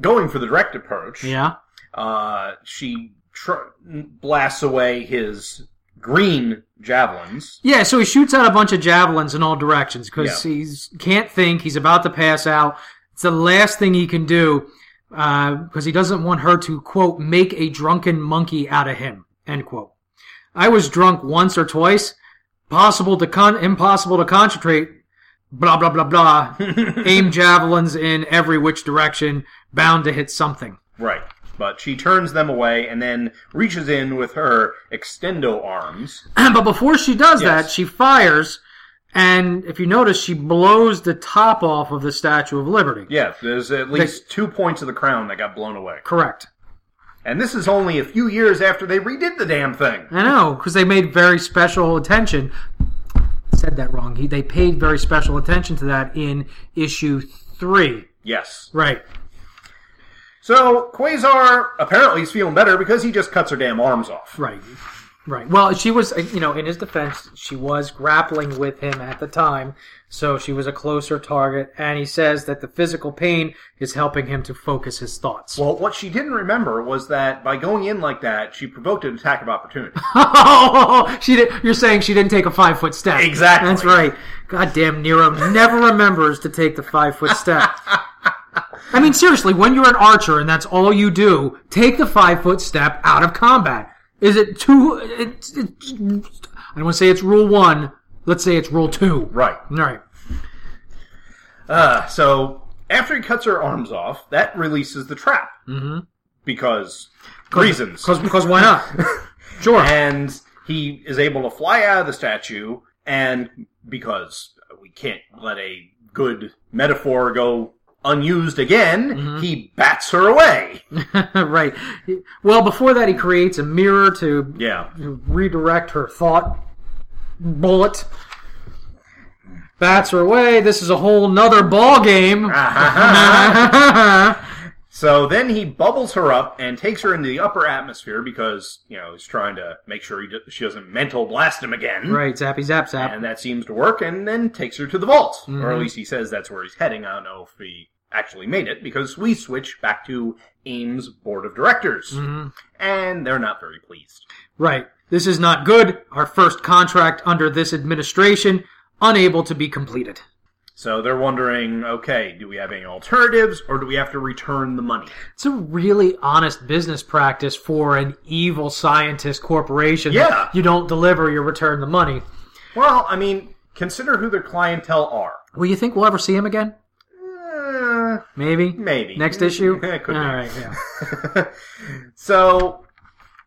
S2: going for the direct approach.
S3: yeah.
S2: uh, she tr- blasts away his green javelins.
S3: Yeah, so he shoots out a bunch of javelins in all directions because
S2: Yeah.
S3: he's can't think. He's about to pass out. It's the last thing he can do because he doesn't want her to quote make a drunken monkey out of him. End quote. I was drunk once or twice. Possible to con, impossible to concentrate. Blah blah blah blah. Aim javelins in every which direction, bound to hit something.
S2: Right. But she turns them away and then reaches in with her extendo arms.
S3: but before she does
S2: Yes.
S3: that, she fires, and if you notice, she blows the top off of the Statue of Liberty.
S2: Yeah, there's at least two points of the crown that got blown away.
S3: Correct.
S2: And this is only a few years after they redid the damn thing.
S3: I know, because they made very special attention. Said that wrong. He, they paid very special attention to that in issue three.
S2: Yes.
S3: Right.
S2: So Quasar apparently is feeling better because he just cuts her damn arms off.
S3: Right. Right. Well, she was, uh, you know, in his defense, she was grappling with him at the time, so she was a closer target, and he says that the physical pain is helping him to focus his thoughts.
S2: Well, what she didn't remember was that by going in like that, she provoked an attack of opportunity.
S3: Oh, she did, you're saying she didn't take a five foot step.
S2: Exactly.
S3: That's right. Goddamn Nero never remembers to take the five foot step. I mean, seriously, when you're an archer and that's all you do, take the five foot step out of combat. Is it too? It, it, I don't want to say it's rule one. Let's say it's rule two.
S2: right.
S3: All right.
S2: Uh, so after he cuts her arms off, that releases the trap mm-hmm. because reasons.
S3: Because because why not? sure.
S2: and he is able to fly out of the statue, and because we can't let a good metaphor go unused again, he bats her away.
S3: right. Well, before that, he creates a mirror to
S2: Yeah.
S3: redirect her thought bullet bats her away this is a whole nother ball game
S2: Ah. So then he bubbles her up and takes her into the upper atmosphere because you know he's trying to make sure he do- she doesn't mental blast him again.
S3: right zappy zap zap
S2: and that seems to work, and then takes her to the vault. Or at least he says that's where he's heading. I don't know if he actually made it, because we switch back to Ames' board of directors. And they're not very pleased.
S3: right this is not good our first contract under this administration unable to be completed
S2: So they're wondering okay, do we have any alternatives, or do we have to return the money?
S3: it's a really honest business practice for an evil scientist corporation that
S2: Yeah.
S3: you don't deliver you return the money
S2: Well, I mean, consider who their clientele are.
S3: well you think we'll ever see him again
S2: Uh,
S3: maybe
S2: Maybe.
S3: next issue
S2: Could be.
S3: all right yeah
S2: so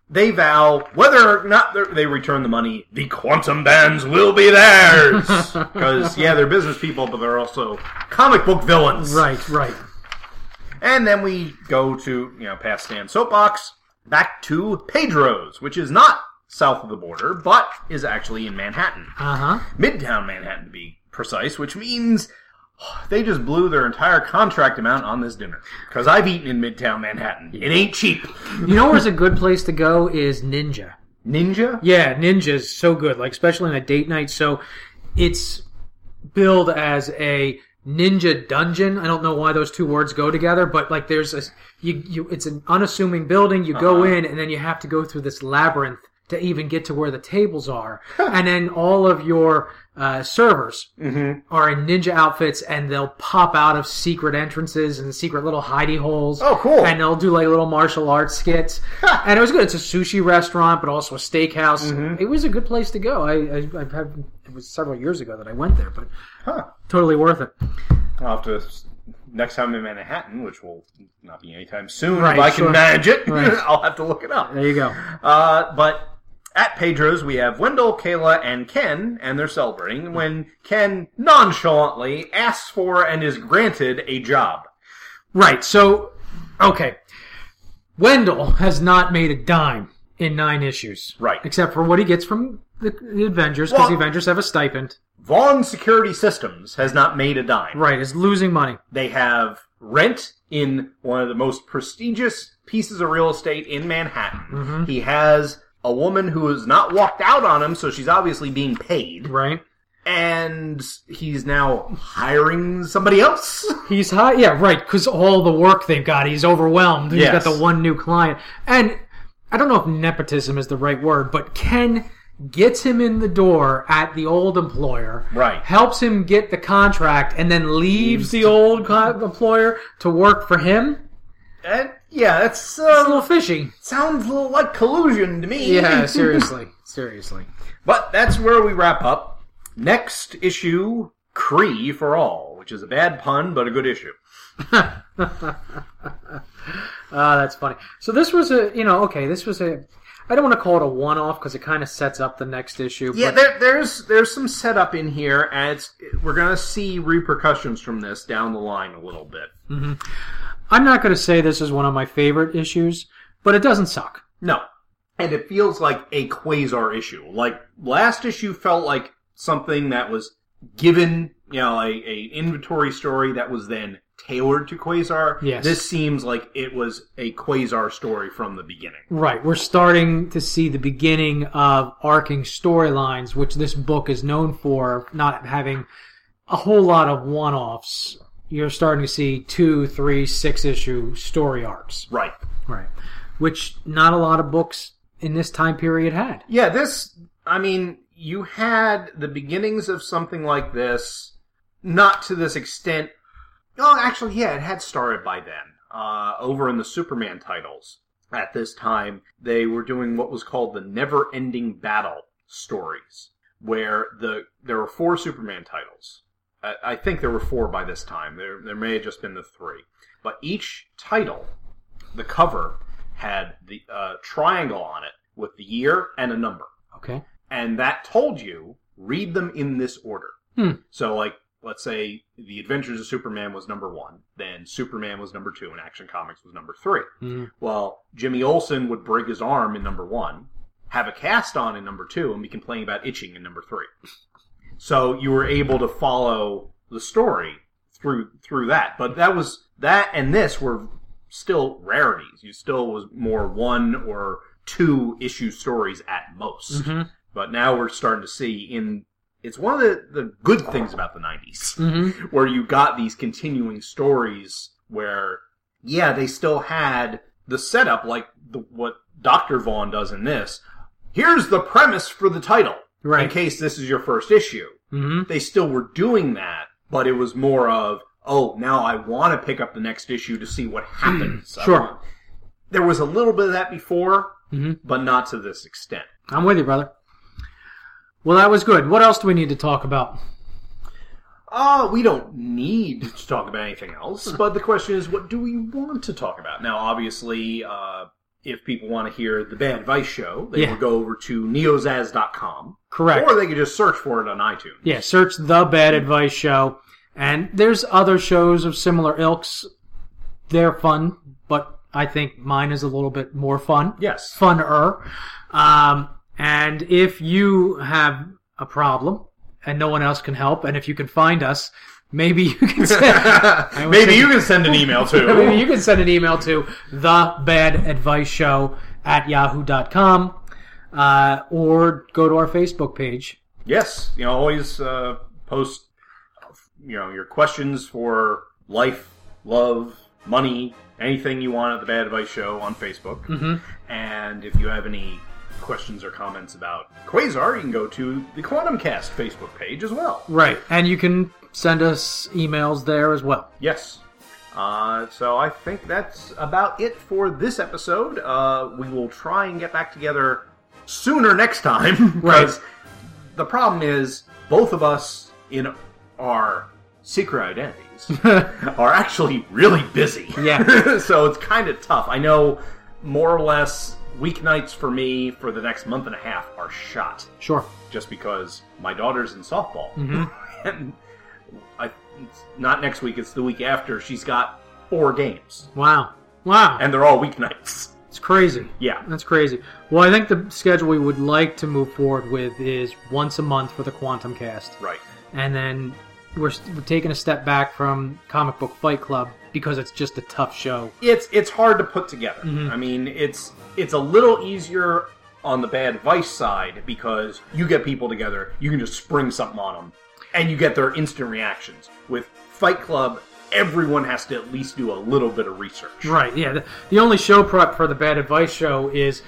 S2: they vow whether or not they're- they return the money, the quantum bands will be theirs. Because yeah, they're business people, but they're also comic book villains.
S3: right right
S2: And then we go to you know past Stan's soapbox, back to Pedro's, which is not south of the border, but is actually in Manhattan,
S3: uh-huh
S2: Midtown Manhattan to be precise, which means. They just blew their entire contract amount on this dinner. Because I've eaten in Midtown Manhattan. It ain't cheap.
S3: You know where's a good place to go is Ninja.
S2: Ninja?
S3: Yeah, Ninja's so good, like especially on a date night. So it's billed as a ninja dungeon. I don't know why those two words go together, but like there's a you you it's an unassuming building. You go
S2: Uh-huh.
S3: in and then you have to go through this labyrinth to even get to where the tables are, and then all of your uh, servers
S2: Mm-hmm.
S3: are in ninja outfits, and they'll pop out of secret entrances and secret little hidey holes.
S2: Oh, cool.
S3: And they'll do like little martial arts skits, and it was good. It's a sushi restaurant, but also a steakhouse.
S2: Mm-hmm.
S3: It was a good place to go. I, I I've had it was several years ago that I went there, but totally worth it.
S2: I'll have to next time I'm in Manhattan, which will not be anytime soon.
S3: Right,
S2: if I
S3: sure.
S2: can manage it,
S3: Right.
S2: I'll have to look it up.
S3: There you go.
S2: Uh, but at Pedro's, we have Wendell, Kayla, and Ken, and they're celebrating when Ken nonchalantly asks for and is granted a job.
S3: Right. So, okay. Wendell has not made a dime in nine issues.
S2: Right.
S3: Except for what he gets from the, the Avengers, because the
S2: Well-
S3: Avengers have a stipend.
S2: Vaughn Security Systems has not made a dime.
S3: Right. Is losing money.
S2: They have rent in one of the most prestigious pieces of real estate in Manhattan.
S3: Mm-hmm.
S2: He has a woman who has not walked out on him, so she's obviously being paid.
S3: Right.
S2: And he's now hiring somebody else.
S3: He's high. Yeah. Right. Because all the work they've got, he's overwhelmed. He's
S2: Yes.
S3: got the one new client, and I don't know if nepotism is the right word, but Ken gets him in the door at the old employer.
S2: Right.
S3: Helps him get the contract, and then leaves the old co- employer to work for him.
S2: And yeah, that's
S3: It's a
S2: uh,
S3: little fishy.
S2: sounds a little like collusion to me.
S3: Yeah, seriously. seriously.
S2: But that's where we wrap up. Next issue, Cree for All, which is a bad pun, but a good issue.
S3: Ah, that's funny. So this was a, you know, okay, this was a, I don't want to call it a one-off because it kind of sets up the next issue.
S2: Yeah,
S3: but
S2: there, there's there's some setup in here, and it's we're gonna see repercussions from this down the line a little bit.
S3: I'm not going to say this is one of my favorite issues, but it doesn't suck.
S2: No, and it feels like a quasar issue. Like last issue felt like something that was given, you know, a, a inventory story that was then tailored to quasar.
S3: Yes.
S2: this seems like it was a quasar story from the beginning.
S3: Right, we're starting to see the beginning of arcing storylines, which this book is known for, not having a whole lot of one-offs. You're starting to see two, three, six-issue story arcs.
S2: Right.
S3: Right. Which not a lot of books in this time period had.
S2: Yeah, this, I mean, you had the beginnings of something like this, not to this extent. Oh, actually, yeah, it had started by then. Uh, over in the Superman titles at this time, they were doing what was called the never ending battle stories, where the there were four Superman titles. I, I think there were four by this time. There, there may have just been the three. But each title the cover had the uh, triangle on it with the year and a number,
S3: Okay.
S2: and that told you read them in this order.
S3: Hmm.
S2: So, like, let's say the Adventures of Superman was number one, then Superman was number two, and Action Comics was number 3
S3: Mhm.
S2: Well, Jimmy Olsen would break his arm in number one, have a cast on in number two, and be complaining about itching in number three. So you were able to follow the story through through that. But that was that and this were still rarities. You still was more one or two issue stories at most.
S3: Mhm.
S2: But now we're starting to see in it's one of the, the good things about the 90s
S3: Mm-hmm.
S2: where you got these continuing stories where yeah, they still had the setup like the, what Dr. Vaughn does in this. Here's the premise for the title. In
S3: Right.
S2: case this is your first issue
S3: Mm-hmm.
S2: they still were doing that, but it was more of, oh, now I want to pick up the next issue to see what happens. I
S3: Sure.
S2: want- There was a little bit of that before,
S3: Mhm.
S2: but not to this extent.
S3: I'm with you, brother. Well, that was good. What else do we need to talk about?
S2: Oh, we don't need to talk about anything else, but the question is, what do we want to talk about? Now, obviously, uh, if people want to hear the Bad Advice Show, they
S3: Yeah.
S2: will go over to neozaz.com,
S3: Correct.
S2: or they could just search for it on iTunes.
S3: yeah, search the Bad Advice Show, and there's other shows of similar ilks. They're fun, but I think mine is a little bit more fun.
S2: Yes.
S3: funner. Um, and if you have a problem and no one else can help, and if you can find us, maybe you can send, would
S2: Maybe
S3: say-
S2: you can send an email too.
S3: maybe you can send an email to the bad advice show at yahoo.com uh, or go to our Facebook page.
S2: Yes, you know, always uh, post, you know your questions for life, love, money, anything you want at the Bad Advice Show on Facebook.
S3: Mhm.
S2: And if you have any questions or comments about Quasar, you can go to the Quantum Cast Facebook page as well.
S3: Right. And you can send us emails there as well.
S2: Yes. Uh, so I think that's about it for this episode. Uh, we will try and get back together sooner next time.
S3: Right.
S2: Because the problem is, both of us in our secret identities are actually really busy.
S3: Yeah.
S2: so it's kind of tough. I know more or less weeknights for me for the next month and a half are shot
S3: Sure.
S2: just because my daughter's in softball,
S3: Mhm.
S2: and I, it's not next week; it's the week after. She's got four games,
S3: Wow. Wow.
S2: and they're all weeknights.
S3: It's crazy.
S2: Yeah,
S3: That's crazy. Well, I think the schedule we would like to move forward with is once a month for the Quantum Cast,
S2: right.
S3: and then we're, we're taking a step back from Comic Book Fight Club because it's just a tough show.
S2: It's it's hard to put together.
S3: Mhm.
S2: I mean, it's it's a little easier on the bad advice side because you get people together, you can just spring something on them, and you get their instant reactions. With Fight Club, everyone has to at least do a little bit of research.
S3: Right. Yeah. The, the only show prep for the Bad Advice Show is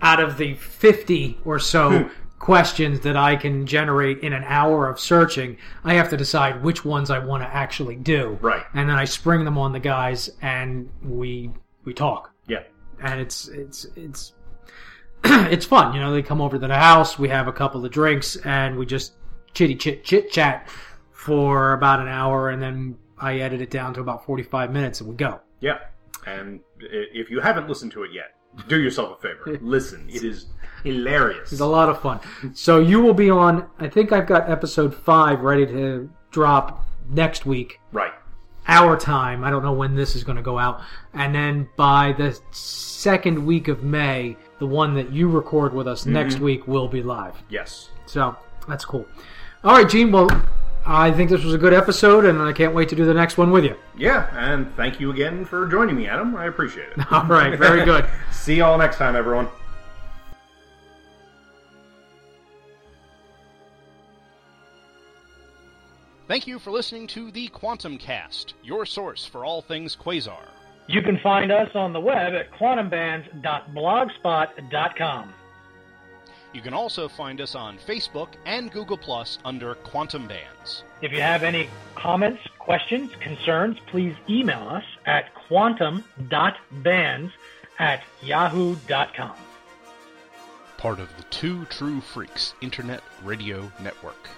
S3: out of the fifty or so. Questions that I can generate in an hour of searching, I have to decide which ones I want to actually do.
S2: Right.
S3: and then I spring them on the guys, and we we talk.
S2: Yeah.
S3: and it's it's it's it's fun. You know, they come over to the house, we have a couple of drinks, and we just chitty chit chit chat for about an hour, and then I edit it down to about forty five minutes, and we go.
S2: Yeah. And i- if you haven't listened to it yet, do yourself a favor. Listen. It is hilarious.
S3: It's a lot of fun. So you will be on. I think I've got episode five ready to drop next week.
S2: Right.
S3: Our time. I don't know when this is going to go out. And then by the second week of May, the one that you record with us next week will be live.
S2: Yes.
S3: So that's cool. All right, Gene. Well, I think this was a good episode, and I can't wait to do the next one with you.
S2: Yeah. And thank you again for joining me, Adam. I appreciate it.
S3: All right, very good.
S2: See y'all next time, everyone.
S8: Thank you for listening to the Quantum Cast, your source for all things quasar.
S9: You can find us on the web at quantumbands.blogspot.com.
S8: You can also find us on Facebook and Google Plus under Quantum Bands.
S9: If you have any comments, questions, concerns, please email us at quantum.bands at yahoo.com.
S8: Part of the Two True Freaks Internet Radio Network.